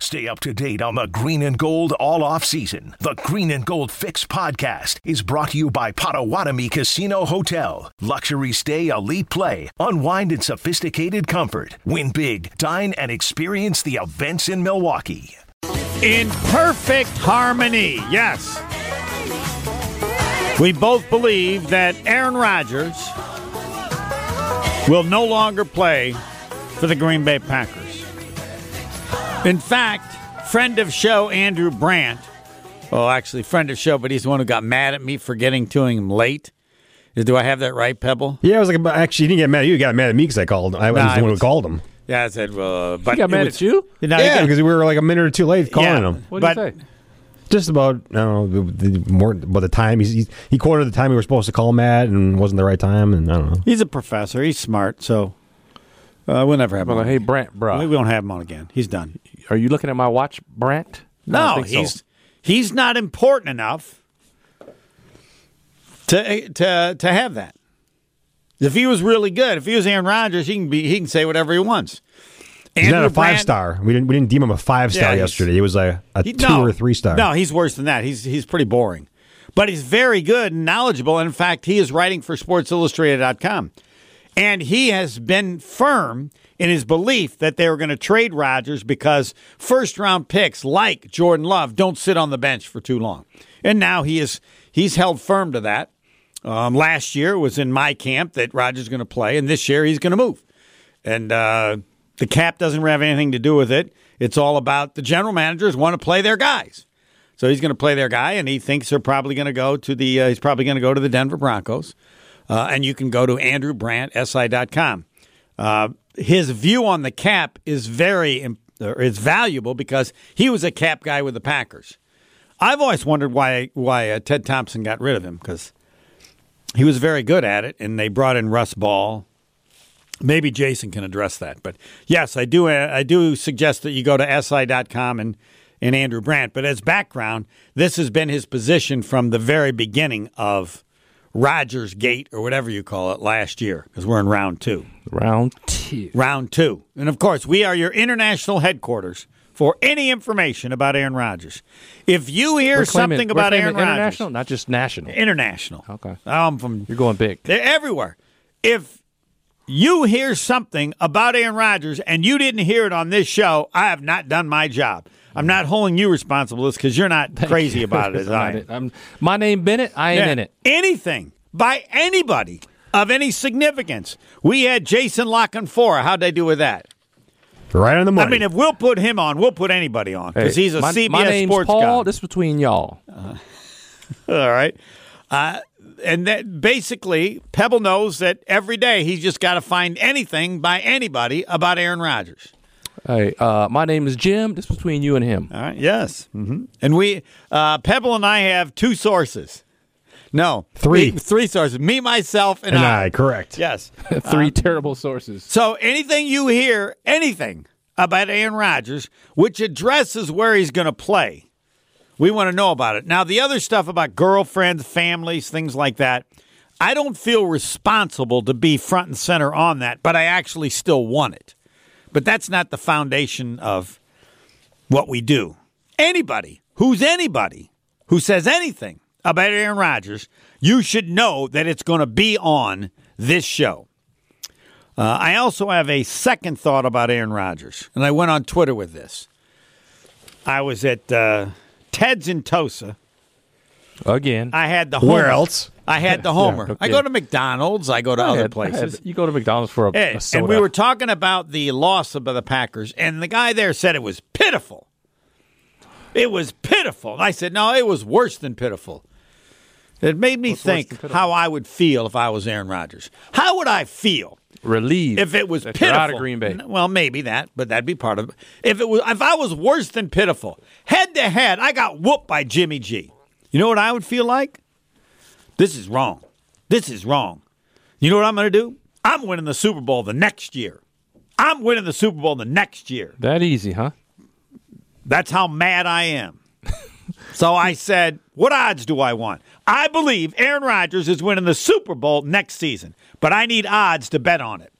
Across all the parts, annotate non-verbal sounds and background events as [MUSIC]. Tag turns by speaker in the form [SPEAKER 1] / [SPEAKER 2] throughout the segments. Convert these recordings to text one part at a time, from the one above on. [SPEAKER 1] Stay up to date on the green and gold all off season. The Green and Gold Fix podcast is brought to you by Potawatomi Casino Hotel. Luxury stay, elite play, unwind in sophisticated comfort. Win big, dine, and experience the events in Milwaukee.
[SPEAKER 2] in perfect harmony. Yes. We both believe that Aaron Rodgers will no longer play for the Green Bay Packers. In fact, friend of show Andrew Brandt, well, actually, friend of show, but he's the one who got mad at me for getting to him late. Do I have that right, Pebble?
[SPEAKER 3] Yeah, I was like, but actually, you didn't get mad at you. You got mad at me because I called. I was
[SPEAKER 2] Nah, I
[SPEAKER 3] the one
[SPEAKER 2] was-
[SPEAKER 3] who called him.
[SPEAKER 2] [LAUGHS] Yeah, I said, well, uh, but
[SPEAKER 4] got
[SPEAKER 2] it
[SPEAKER 4] mad
[SPEAKER 2] was-
[SPEAKER 4] at you?
[SPEAKER 2] No, he
[SPEAKER 3] yeah,
[SPEAKER 2] got-
[SPEAKER 3] because we were like a minute or two late calling
[SPEAKER 2] yeah,
[SPEAKER 3] him.
[SPEAKER 4] What
[SPEAKER 2] but-
[SPEAKER 4] do you say?
[SPEAKER 3] Just about, I don't know, the, the, more, by the time he's, he, he quoted the time we were supposed to call him at and wasn't the right time. And I don't know.
[SPEAKER 2] He's a professor. He's smart, so uh, we'll never have him.
[SPEAKER 4] Well,
[SPEAKER 2] on.
[SPEAKER 4] hey, Brant,
[SPEAKER 2] we
[SPEAKER 4] bro,
[SPEAKER 2] won't have him on again. He's done.
[SPEAKER 4] are you looking at my watch, Brant? I don't
[SPEAKER 2] No,
[SPEAKER 4] think so.
[SPEAKER 2] he's he's not important enough to to to have that. If he was really good, if he was Aaron Rodgers, he can be he can say whatever he wants.
[SPEAKER 3] He's not
[SPEAKER 2] Andrew
[SPEAKER 3] a five
[SPEAKER 2] Brandt-
[SPEAKER 3] star. We didn't, we didn't deem him a five
[SPEAKER 2] Yeah,
[SPEAKER 3] star
[SPEAKER 2] he's-
[SPEAKER 3] yesterday. It was a, a
[SPEAKER 2] He-
[SPEAKER 3] two or three star.
[SPEAKER 2] No, he's worse than that. He's he's pretty boring. But he's very good and knowledgeable. And in fact, he is writing for sportsillustrated.com. And he has been firm in his belief that they were going to trade Rodgers because first round picks like Jordan Love don't sit on the bench for too long. And now he is he's held firm to that. Um, last year was in my camp that Rodgers is going to play, and this year he's going to move. And uh, the cap doesn't have anything to do with it. It's all about the general managers want to play their guys. So he's going to play their guy, and he thinks they're probably going to go to the. Uh, he's probably going to go to the Denver Broncos, uh, and you can go to andrewbrandtsi.com. Uh, his view on the cap is very im- or is valuable because he was a cap guy with the Packers. I've always wondered why why uh, Ted Thompson got rid of him because he was very good at it, and they brought in Russ Ball. Maybe Jason can address that. But yes, I do. uh, I do suggest that you go to si.com and and Andrew Brandt. But as background, this has been his position from the very beginning of Rogers Gate or whatever you call it last year, because we're in round two
[SPEAKER 4] round two.
[SPEAKER 2] round two. And of course, we are your international headquarters for any information about Aaron Rodgers. If you hear
[SPEAKER 4] We're claiming-
[SPEAKER 2] something
[SPEAKER 4] we're
[SPEAKER 2] about Aaron
[SPEAKER 4] claiming international,
[SPEAKER 2] Rodgers,
[SPEAKER 4] not just national.
[SPEAKER 2] international.
[SPEAKER 4] Okay.
[SPEAKER 2] I'm from.
[SPEAKER 4] You're going big.
[SPEAKER 2] They're everywhere. If you hear something about Aaron Rodgers and you didn't hear it on this show, I have not done my job. I'm not holding you responsible because you're not [LAUGHS] crazy about it as
[SPEAKER 4] I'm
[SPEAKER 2] I
[SPEAKER 4] [LAUGHS] not
[SPEAKER 2] am.
[SPEAKER 4] in- I'm- my name Bennett. I ain't
[SPEAKER 2] Yeah.
[SPEAKER 4] in it.
[SPEAKER 2] Anything by anybody of any significance. We had Jason Lockenfora. How'd they do with that?
[SPEAKER 3] Right on the money.
[SPEAKER 2] I mean, if we'll put him on, we'll put anybody on because
[SPEAKER 4] Hey,
[SPEAKER 2] he's a
[SPEAKER 4] my,
[SPEAKER 2] CBS
[SPEAKER 4] my name's
[SPEAKER 2] sports
[SPEAKER 4] Paul.
[SPEAKER 2] guy.
[SPEAKER 4] This between y'all.
[SPEAKER 2] All right. Uh, and that basically, Pebble knows that every day he's just got to find anything by anybody about Aaron Rodgers.
[SPEAKER 4] Hey, uh, my name is Jim. This between you
[SPEAKER 2] [LAUGHS]
[SPEAKER 4] and him. [LAUGHS]
[SPEAKER 2] All right. Yes. hmm And we, uh, Pebble and I have two sources. No,
[SPEAKER 3] Three.
[SPEAKER 2] Me- three sources. Me, myself, and,
[SPEAKER 3] and I, correct.
[SPEAKER 2] Yes.
[SPEAKER 4] Three terrible sources.
[SPEAKER 2] So anything you hear, anything about Aaron Rodgers, which addresses where he's going to play, we want to know about it. Now, the other stuff about girlfriends, families, things like that, I don't feel responsible to be front and center on that, but I actually still want it. But that's not the foundation of what we do. Anybody who's anybody who says anything about Aaron Rodgers, you should know that it's going to be on this show. Uh, I also have a second thought about Aaron Rodgers, and I went on Twitter with this. I was at uh, Ted's in Tosa.
[SPEAKER 4] Again.
[SPEAKER 2] I had the
[SPEAKER 3] Where
[SPEAKER 2] Homer.
[SPEAKER 3] else?
[SPEAKER 2] I had the Homer.
[SPEAKER 4] okay.
[SPEAKER 2] I go to McDonald's. I go to
[SPEAKER 4] I
[SPEAKER 2] other
[SPEAKER 4] had- I had-
[SPEAKER 2] places.
[SPEAKER 4] you go to McDonald's for a,
[SPEAKER 2] Yeah,
[SPEAKER 4] a soda.
[SPEAKER 2] and we were talking about the loss of the Packers, and the guy there said it was pitiful. It was pitiful. I said, no, it was worse than pitiful. It made me
[SPEAKER 4] worse
[SPEAKER 2] think
[SPEAKER 4] than pitiful?
[SPEAKER 2] how I would feel if I was Aaron Rodgers. How would I feel?
[SPEAKER 4] relieved
[SPEAKER 2] If it was
[SPEAKER 4] that
[SPEAKER 2] pitiful,
[SPEAKER 4] you're out of Green Bay.
[SPEAKER 2] N- Well, maybe that, but that'd be part of. it. If it was, if I was worse than pitiful, head to head, I got whooped by Jimmy G. You know what I would feel like? This is wrong. This is wrong. You know what I'm going to do? I'm winning the Super Bowl the next year. I'm winning the Super Bowl the next year.
[SPEAKER 4] That easy, huh?
[SPEAKER 2] That's how mad I am. so I said, What odds do I want? I believe Aaron Rodgers is winning the Super Bowl next season, but I need odds to bet on it.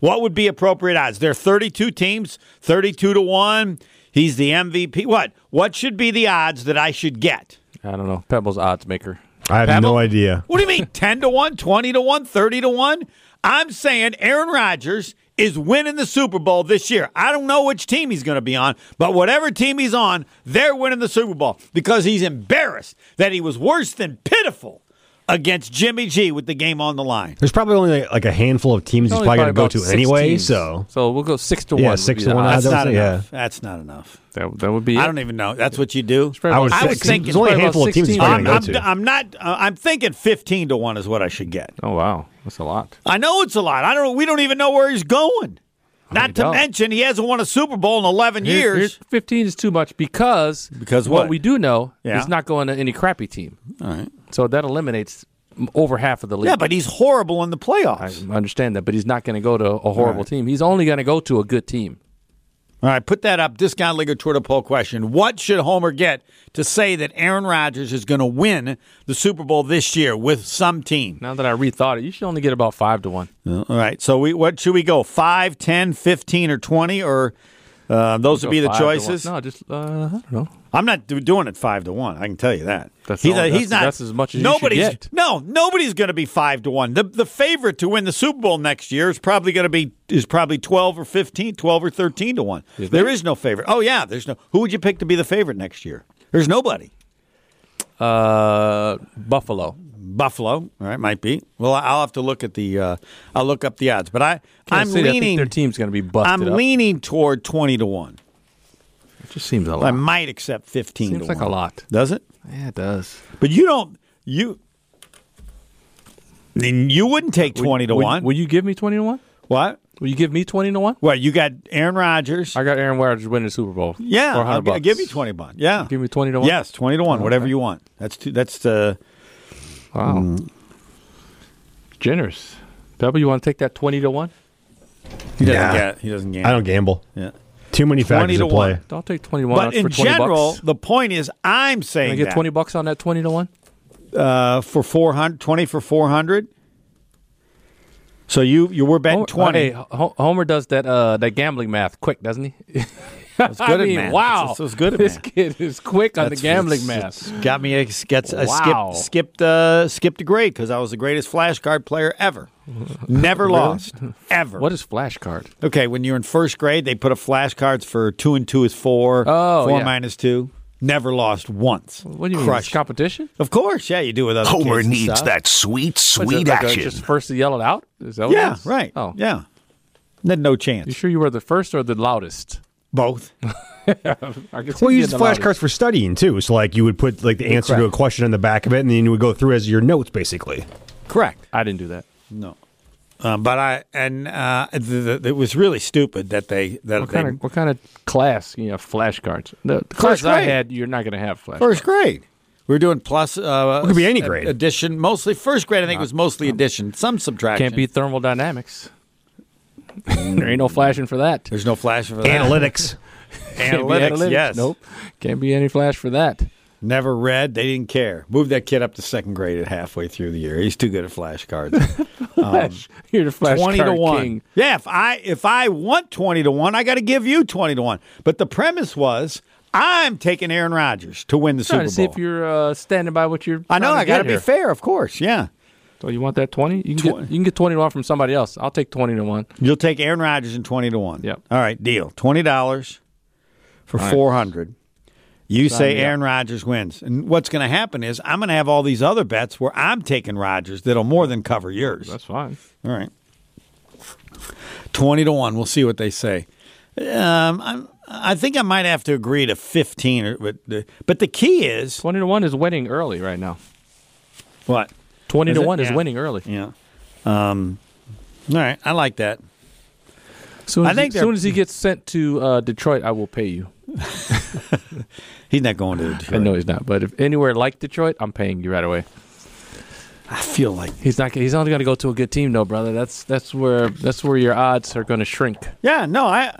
[SPEAKER 2] What would be appropriate odds? There are 32 teams, 32 to 1. He's the MVP. What? What should be the odds that I should get?
[SPEAKER 4] I don't know. Pebbles odds maker.
[SPEAKER 3] I have
[SPEAKER 2] Pebble?
[SPEAKER 3] no idea.
[SPEAKER 2] What do you mean [LAUGHS] 10 to 1, 20 to 1, 30 to 1? I'm saying Aaron Rodgers is winning the Super Bowl this year. I don't know which team he's going to be on, but whatever team he's on, they're winning the Super Bowl because he's embarrassed that he was worse than pitiful against Jimmy G with the game on the line.
[SPEAKER 3] There's probably only like, like a handful of teams he's
[SPEAKER 4] Only
[SPEAKER 3] probably going to go
[SPEAKER 4] about
[SPEAKER 3] to
[SPEAKER 4] six
[SPEAKER 3] anyway.
[SPEAKER 4] teams.
[SPEAKER 3] So
[SPEAKER 4] so we'll go six to
[SPEAKER 3] Yeah,
[SPEAKER 4] one.
[SPEAKER 3] six
[SPEAKER 4] would be
[SPEAKER 3] to
[SPEAKER 4] the
[SPEAKER 3] one
[SPEAKER 2] That's
[SPEAKER 4] odds.
[SPEAKER 3] don't
[SPEAKER 2] not
[SPEAKER 3] think-
[SPEAKER 2] enough. That's not enough.
[SPEAKER 4] That, that would be.
[SPEAKER 2] I
[SPEAKER 4] it.
[SPEAKER 2] don't even know. That's what you do.
[SPEAKER 4] probably
[SPEAKER 3] I would,
[SPEAKER 4] about
[SPEAKER 2] I would
[SPEAKER 3] think,
[SPEAKER 2] think
[SPEAKER 3] there's only a
[SPEAKER 4] it's
[SPEAKER 3] handful
[SPEAKER 4] probably
[SPEAKER 3] of teams he's
[SPEAKER 4] about
[SPEAKER 3] going
[SPEAKER 2] I'm,
[SPEAKER 3] to go
[SPEAKER 2] I'm,
[SPEAKER 3] to.
[SPEAKER 2] I'm not. Uh, I'm thinking 15 to 1 is what I should get.
[SPEAKER 4] Oh wow, that's a lot.
[SPEAKER 2] I know it's a lot. I don't. We don't even know where he's going. Not to
[SPEAKER 4] don't.
[SPEAKER 2] mention he hasn't won a Super Bowl in eleven
[SPEAKER 4] Here-
[SPEAKER 2] years.
[SPEAKER 4] here- Fifteen is too much because
[SPEAKER 2] Because what?
[SPEAKER 4] we do know
[SPEAKER 2] Yeah.
[SPEAKER 4] is not going to any crappy team.
[SPEAKER 2] All right.
[SPEAKER 4] So that eliminates m- over half of the league.
[SPEAKER 2] Yeah, but he's horrible in the
[SPEAKER 4] I
[SPEAKER 2] playoffs.
[SPEAKER 4] understand that, but he's not going to go to a horrible team. He's only going to go to a good team.
[SPEAKER 2] All right, put that up. Discount League or Twitter poll question: What should Homer get to say that Aaron Rodgers is going to win the Super Bowl this year with some team?
[SPEAKER 4] Now that I rethought it, you should only get about five to one.
[SPEAKER 2] All right. So we what should we go? 5, 10, 15, or twenty? Or uh, those would be the
[SPEAKER 4] Five to one.
[SPEAKER 2] choices.
[SPEAKER 4] No, just uh, I don't know.
[SPEAKER 2] I'm not do- doing it five to one. I can tell you that.
[SPEAKER 4] That's
[SPEAKER 2] he's,
[SPEAKER 4] all-
[SPEAKER 2] a-
[SPEAKER 4] that's-
[SPEAKER 2] he's not.
[SPEAKER 4] that's as much as you should
[SPEAKER 2] nobody's.
[SPEAKER 4] get.
[SPEAKER 2] No, nobody's going to be five to one. The the favorite to win the Super Bowl next year is probably going to be is probably twelve or 15, 12 or thirteen to one. there is no favorite. Oh yeah, there's no. Who would you pick to be the favorite next year? There's nobody.
[SPEAKER 4] Uh, Buffalo.
[SPEAKER 2] Buffalo, all right, might be. Well, I'll have to look at the. Uh, I'll look up the odds, but I I'm
[SPEAKER 4] Kansas City, I think
[SPEAKER 2] leaning.
[SPEAKER 4] their team's going to be busted.
[SPEAKER 2] I'm
[SPEAKER 4] up.
[SPEAKER 2] leaning toward twenty to one.
[SPEAKER 4] It just seems a
[SPEAKER 2] I
[SPEAKER 4] lot.
[SPEAKER 2] might accept fifteen.
[SPEAKER 4] Seems
[SPEAKER 2] to
[SPEAKER 4] like a
[SPEAKER 2] one.
[SPEAKER 4] lot.
[SPEAKER 2] Does it?
[SPEAKER 4] Yeah, it does.
[SPEAKER 2] But you don't you then you wouldn't take twenty to
[SPEAKER 4] Will-
[SPEAKER 2] one.
[SPEAKER 4] Will you give me twenty to one?
[SPEAKER 2] what?
[SPEAKER 4] Will you give me twenty to one?
[SPEAKER 2] Well, you got Aaron Rodgers.
[SPEAKER 4] I got Aaron Rodgers winning the Super Bowl.
[SPEAKER 2] yeah, I'll,
[SPEAKER 4] Or 100
[SPEAKER 2] gi- I'll give you
[SPEAKER 4] bucks.
[SPEAKER 2] twenty bucks. Yeah,
[SPEAKER 4] Give me twenty to one. Oh,
[SPEAKER 2] Yes, twenty to one, whatever you want. That's too, that's uh,
[SPEAKER 4] Wow. Generous. Pebble, you want to take that twenty to one?
[SPEAKER 2] he doesn't
[SPEAKER 3] Nah.
[SPEAKER 2] get he doesn't get.
[SPEAKER 3] I don't gamble.
[SPEAKER 2] Yeah.
[SPEAKER 3] Too many factors
[SPEAKER 2] to
[SPEAKER 3] at play.
[SPEAKER 2] one.
[SPEAKER 4] Don't take twenty to one.
[SPEAKER 2] But
[SPEAKER 4] That's
[SPEAKER 2] in
[SPEAKER 4] for 20
[SPEAKER 2] general,
[SPEAKER 4] bucks.
[SPEAKER 2] the point is, I'm
[SPEAKER 4] Can I
[SPEAKER 2] saying
[SPEAKER 4] get
[SPEAKER 2] that.
[SPEAKER 4] twenty bucks on that twenty to one?
[SPEAKER 2] uh, for 400, 20 for four hundred. So you you were betting
[SPEAKER 4] Homer, uh,
[SPEAKER 2] twenty.
[SPEAKER 4] Hey, Ho- Homer does that uh, that gambling math quick, doesn't he?
[SPEAKER 2] [LAUGHS]
[SPEAKER 4] That's
[SPEAKER 2] good
[SPEAKER 4] [LAUGHS] I
[SPEAKER 2] at
[SPEAKER 4] mean,
[SPEAKER 2] math.
[SPEAKER 4] Wow,
[SPEAKER 2] That's- that's good at
[SPEAKER 4] this
[SPEAKER 2] math.
[SPEAKER 4] kid is quick on
[SPEAKER 2] That's-
[SPEAKER 4] the gambling
[SPEAKER 2] it's-
[SPEAKER 4] math.
[SPEAKER 2] it's Got me. It's, gets, I
[SPEAKER 4] Wow.
[SPEAKER 2] skipped skipped uh, skipped a grade because I was the greatest flashcard player ever. Never lost ever.
[SPEAKER 4] What is flashcard?
[SPEAKER 2] Okay, when you're in first grade, they put up flashcards for two and two is four.
[SPEAKER 4] Oh,
[SPEAKER 2] four
[SPEAKER 4] yeah.
[SPEAKER 2] minus two. Never lost once.
[SPEAKER 4] What do you mean? It's
[SPEAKER 2] Crushed.
[SPEAKER 4] competition?
[SPEAKER 2] Of course, yeah, you do with other
[SPEAKER 1] Homer
[SPEAKER 2] kids and
[SPEAKER 1] needs
[SPEAKER 2] stuff.
[SPEAKER 1] that sweet,
[SPEAKER 4] What,
[SPEAKER 1] sweet
[SPEAKER 4] like, uh,
[SPEAKER 1] action.
[SPEAKER 4] just first to yell it out. Is that what it
[SPEAKER 2] Yeah,
[SPEAKER 4] is?
[SPEAKER 2] right.
[SPEAKER 4] Oh,
[SPEAKER 2] yeah. Then no
[SPEAKER 4] You
[SPEAKER 2] chance.
[SPEAKER 4] sure you were the first or the loudest? [LAUGHS]
[SPEAKER 2] Both.
[SPEAKER 4] I can see
[SPEAKER 3] Well, you
[SPEAKER 4] you
[SPEAKER 3] use the
[SPEAKER 4] being the loudest.
[SPEAKER 3] flashcards for studying too. So like you would put like the answer to a
[SPEAKER 4] Correct.
[SPEAKER 3] question on the back of it, and then you would go through as your notes basically.
[SPEAKER 2] Correct.
[SPEAKER 4] I didn't do that.
[SPEAKER 2] No. Um, but I and uh, th- th- it was really stupid that they that
[SPEAKER 4] What
[SPEAKER 2] they
[SPEAKER 4] kind of what kind of class you have flashcards? The, the class I
[SPEAKER 2] grade.
[SPEAKER 4] had, you're not going to have flashcards.
[SPEAKER 2] First grade. We were doing plus. Uh, it
[SPEAKER 3] could be any grade.
[SPEAKER 2] Addition, mostly first grade. I think it was mostly addition, some subtraction.
[SPEAKER 4] Can't be thermodynamics. [LAUGHS] there ain't no flashing for that.
[SPEAKER 2] There's no flash for that.
[SPEAKER 3] Analytics.
[SPEAKER 4] Can't be
[SPEAKER 2] analytics, Yes.
[SPEAKER 4] Nope. Can't be any flash
[SPEAKER 2] [LAUGHS]
[SPEAKER 4] for that.
[SPEAKER 2] Never read. They didn't care. Moved that kid up to second grade at halfway through the year. He's too good at
[SPEAKER 4] [LAUGHS]
[SPEAKER 2] flashcards.
[SPEAKER 4] Flash. You're the flash
[SPEAKER 2] Um, twenty to
[SPEAKER 4] card
[SPEAKER 2] one.
[SPEAKER 4] king.
[SPEAKER 2] Yeah. If I if I want twenty to one, I got to give you twenty to one. But the premise was I'm taking Aaron Rodgers to win the Super
[SPEAKER 4] Trying to see
[SPEAKER 2] Bowl.
[SPEAKER 4] if you're uh, standing by what you're.
[SPEAKER 2] I know. I got to be
[SPEAKER 4] fair.
[SPEAKER 2] fair, of course. Yeah.
[SPEAKER 4] So you want that twenty? You can
[SPEAKER 2] Twen-
[SPEAKER 4] get you can get twenty to one from somebody else. I'll take twenty to one.
[SPEAKER 2] You'll take Aaron Rodgers in twenty to one.
[SPEAKER 4] Yep.
[SPEAKER 2] All right, deal. Twenty dollars for
[SPEAKER 4] right.
[SPEAKER 2] four hundred. You say
[SPEAKER 4] me up.
[SPEAKER 2] Aaron Rodgers wins, and what's going to happen is I'm going to have all these other bets where I'm taking Rodgers that'll more than cover yours.
[SPEAKER 4] That's fine.
[SPEAKER 2] all right. Twenty to one. We'll see what they say. Um, I'm, I think I might have to agree to fifteen. Or, but, the, but the key is
[SPEAKER 4] Twenty to one is winning early right now.
[SPEAKER 2] what?
[SPEAKER 4] Twenty
[SPEAKER 2] Is
[SPEAKER 4] to
[SPEAKER 2] it?
[SPEAKER 4] one is
[SPEAKER 2] Yeah.
[SPEAKER 4] winning early.
[SPEAKER 2] Yeah. Um, all right. I like that.
[SPEAKER 4] Soon
[SPEAKER 2] I
[SPEAKER 4] as,
[SPEAKER 2] think
[SPEAKER 4] he,
[SPEAKER 2] they're-
[SPEAKER 4] soon as he gets sent to uh, Detroit, I will pay you.
[SPEAKER 2] He's not going to. Detroit.
[SPEAKER 4] I know he's not, but if anywhere like Detroit, I'm paying you right away.
[SPEAKER 2] I feel like
[SPEAKER 4] He's not. He's only going to go to a good team, though, brother. That's that's where that's where your odds are going to shrink.
[SPEAKER 2] Yeah, no, I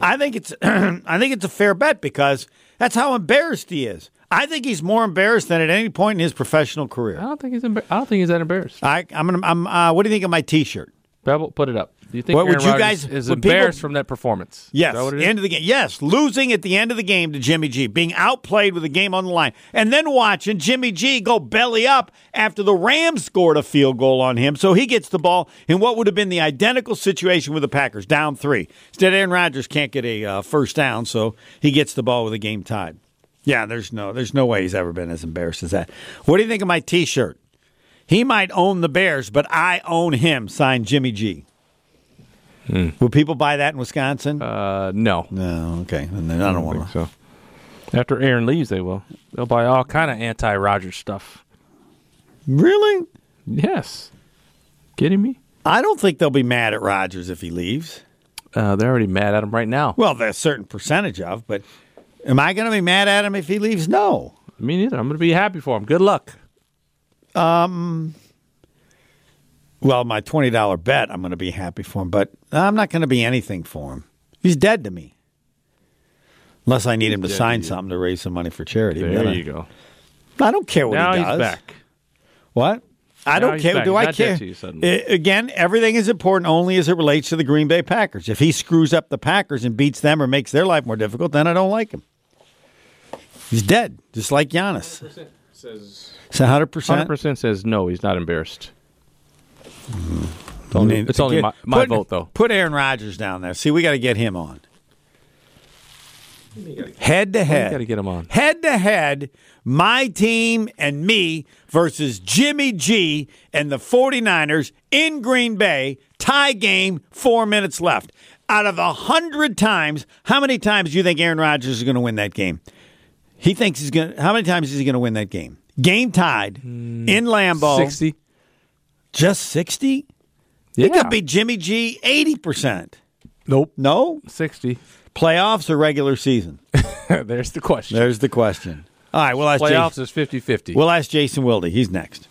[SPEAKER 2] I think it's [CLEARS THROAT] I think it's a fair bet because that's how embarrassed he is. I think he's more embarrassed than at any point in his professional
[SPEAKER 4] I
[SPEAKER 2] career.
[SPEAKER 4] don't think he's. Embar- I don't think he's that embarrassed.
[SPEAKER 2] I, I'm gonna, I'm. Uh, what do you think of my T-shirt?
[SPEAKER 4] Pebble, put it up. Do you think
[SPEAKER 2] What would
[SPEAKER 4] Aaron
[SPEAKER 2] you
[SPEAKER 4] Rodgers
[SPEAKER 2] guys-
[SPEAKER 4] is
[SPEAKER 2] would people-
[SPEAKER 4] embarrassed from that performance?
[SPEAKER 2] Yes,
[SPEAKER 4] Is that what it is?
[SPEAKER 2] end of the game. Yes, losing at the end of the game to Jimmy G, being outplayed with the game on the line, and then watching Jimmy G go belly up after the Rams scored a field goal on him, so he gets the ball in what would have been the identical situation with the Packers, down three. Instead, Aaron Rodgers can't get a uh, first down, so he gets the ball with the game tied. Yeah, there's no, there's no way he's ever been as embarrassed as that. What do you think of my T-shirt? He might own the Bears, but I own him. Signed Jimmy G.
[SPEAKER 4] Hmm.
[SPEAKER 2] Will people buy that in Wisconsin?
[SPEAKER 4] uh, no.
[SPEAKER 2] No, Oh, okay. And then I don't want to.
[SPEAKER 4] so. After Aaron leaves, they will. They'll buy all kind of anti Rogers stuff.
[SPEAKER 2] Really?
[SPEAKER 4] Yes. Kidding me?
[SPEAKER 2] I don't think they'll be mad at Rogers if he leaves.
[SPEAKER 4] Uh, they're already mad at him right now.
[SPEAKER 2] Well, there's a certain percentage of, but am I going to be mad at him if he leaves? No.
[SPEAKER 4] Me neither. I'm going to be happy for him. Good luck.
[SPEAKER 2] Well, my $20 bet, I'm going to be happy for him, but I'm not going to be anything for him. He's dead to me. Unless I need him to sign something to raise some money for charity. but
[SPEAKER 4] There
[SPEAKER 2] I,
[SPEAKER 4] you go.
[SPEAKER 2] I don't care what
[SPEAKER 4] Now
[SPEAKER 2] he
[SPEAKER 4] he's
[SPEAKER 2] does.
[SPEAKER 4] back.
[SPEAKER 2] What? I
[SPEAKER 4] Now
[SPEAKER 2] don't
[SPEAKER 4] he's
[SPEAKER 2] care.
[SPEAKER 4] back.
[SPEAKER 2] Do
[SPEAKER 4] He's
[SPEAKER 2] I
[SPEAKER 4] not dead
[SPEAKER 2] care?
[SPEAKER 4] to you suddenly.
[SPEAKER 2] I- again, everything is important only as it relates to the Green Bay Packers. If he screws up the Packers and beats them or makes their life more difficult, then I don't like him. He's dead, just like Giannis. It's a hundred percent.
[SPEAKER 4] 100% says no, he's not embarrassed. It's
[SPEAKER 2] I
[SPEAKER 4] only,
[SPEAKER 2] mean,
[SPEAKER 4] it's only
[SPEAKER 2] again,
[SPEAKER 4] my, my
[SPEAKER 2] put-
[SPEAKER 4] vote, though.
[SPEAKER 2] Put Aaron Rodgers down there. See, we got to get him on. Head to head.
[SPEAKER 4] gotta get him on.
[SPEAKER 2] Head to head, my team and me versus Jimmy G and the 49ers in Green Bay. Tie game, four minutes left. Out of a hundred times, how many times do you think Aaron Rodgers is going to win that game? He thinks he's going to. How many times is he going to win that game? Game tied
[SPEAKER 4] Hmm.
[SPEAKER 2] in Lambeau.
[SPEAKER 4] 60.
[SPEAKER 2] Just 60?
[SPEAKER 4] Yeah.
[SPEAKER 2] It could be Jimmy G 80%.
[SPEAKER 4] Nope.
[SPEAKER 2] No?
[SPEAKER 4] 60.
[SPEAKER 2] Playoffs or regular season?
[SPEAKER 4] There's the question.
[SPEAKER 2] There's the question. All right, we'll ask,
[SPEAKER 4] Playoffs
[SPEAKER 2] Jason,
[SPEAKER 4] is 50 50.
[SPEAKER 2] we'll ask Jason Wilde. He's next.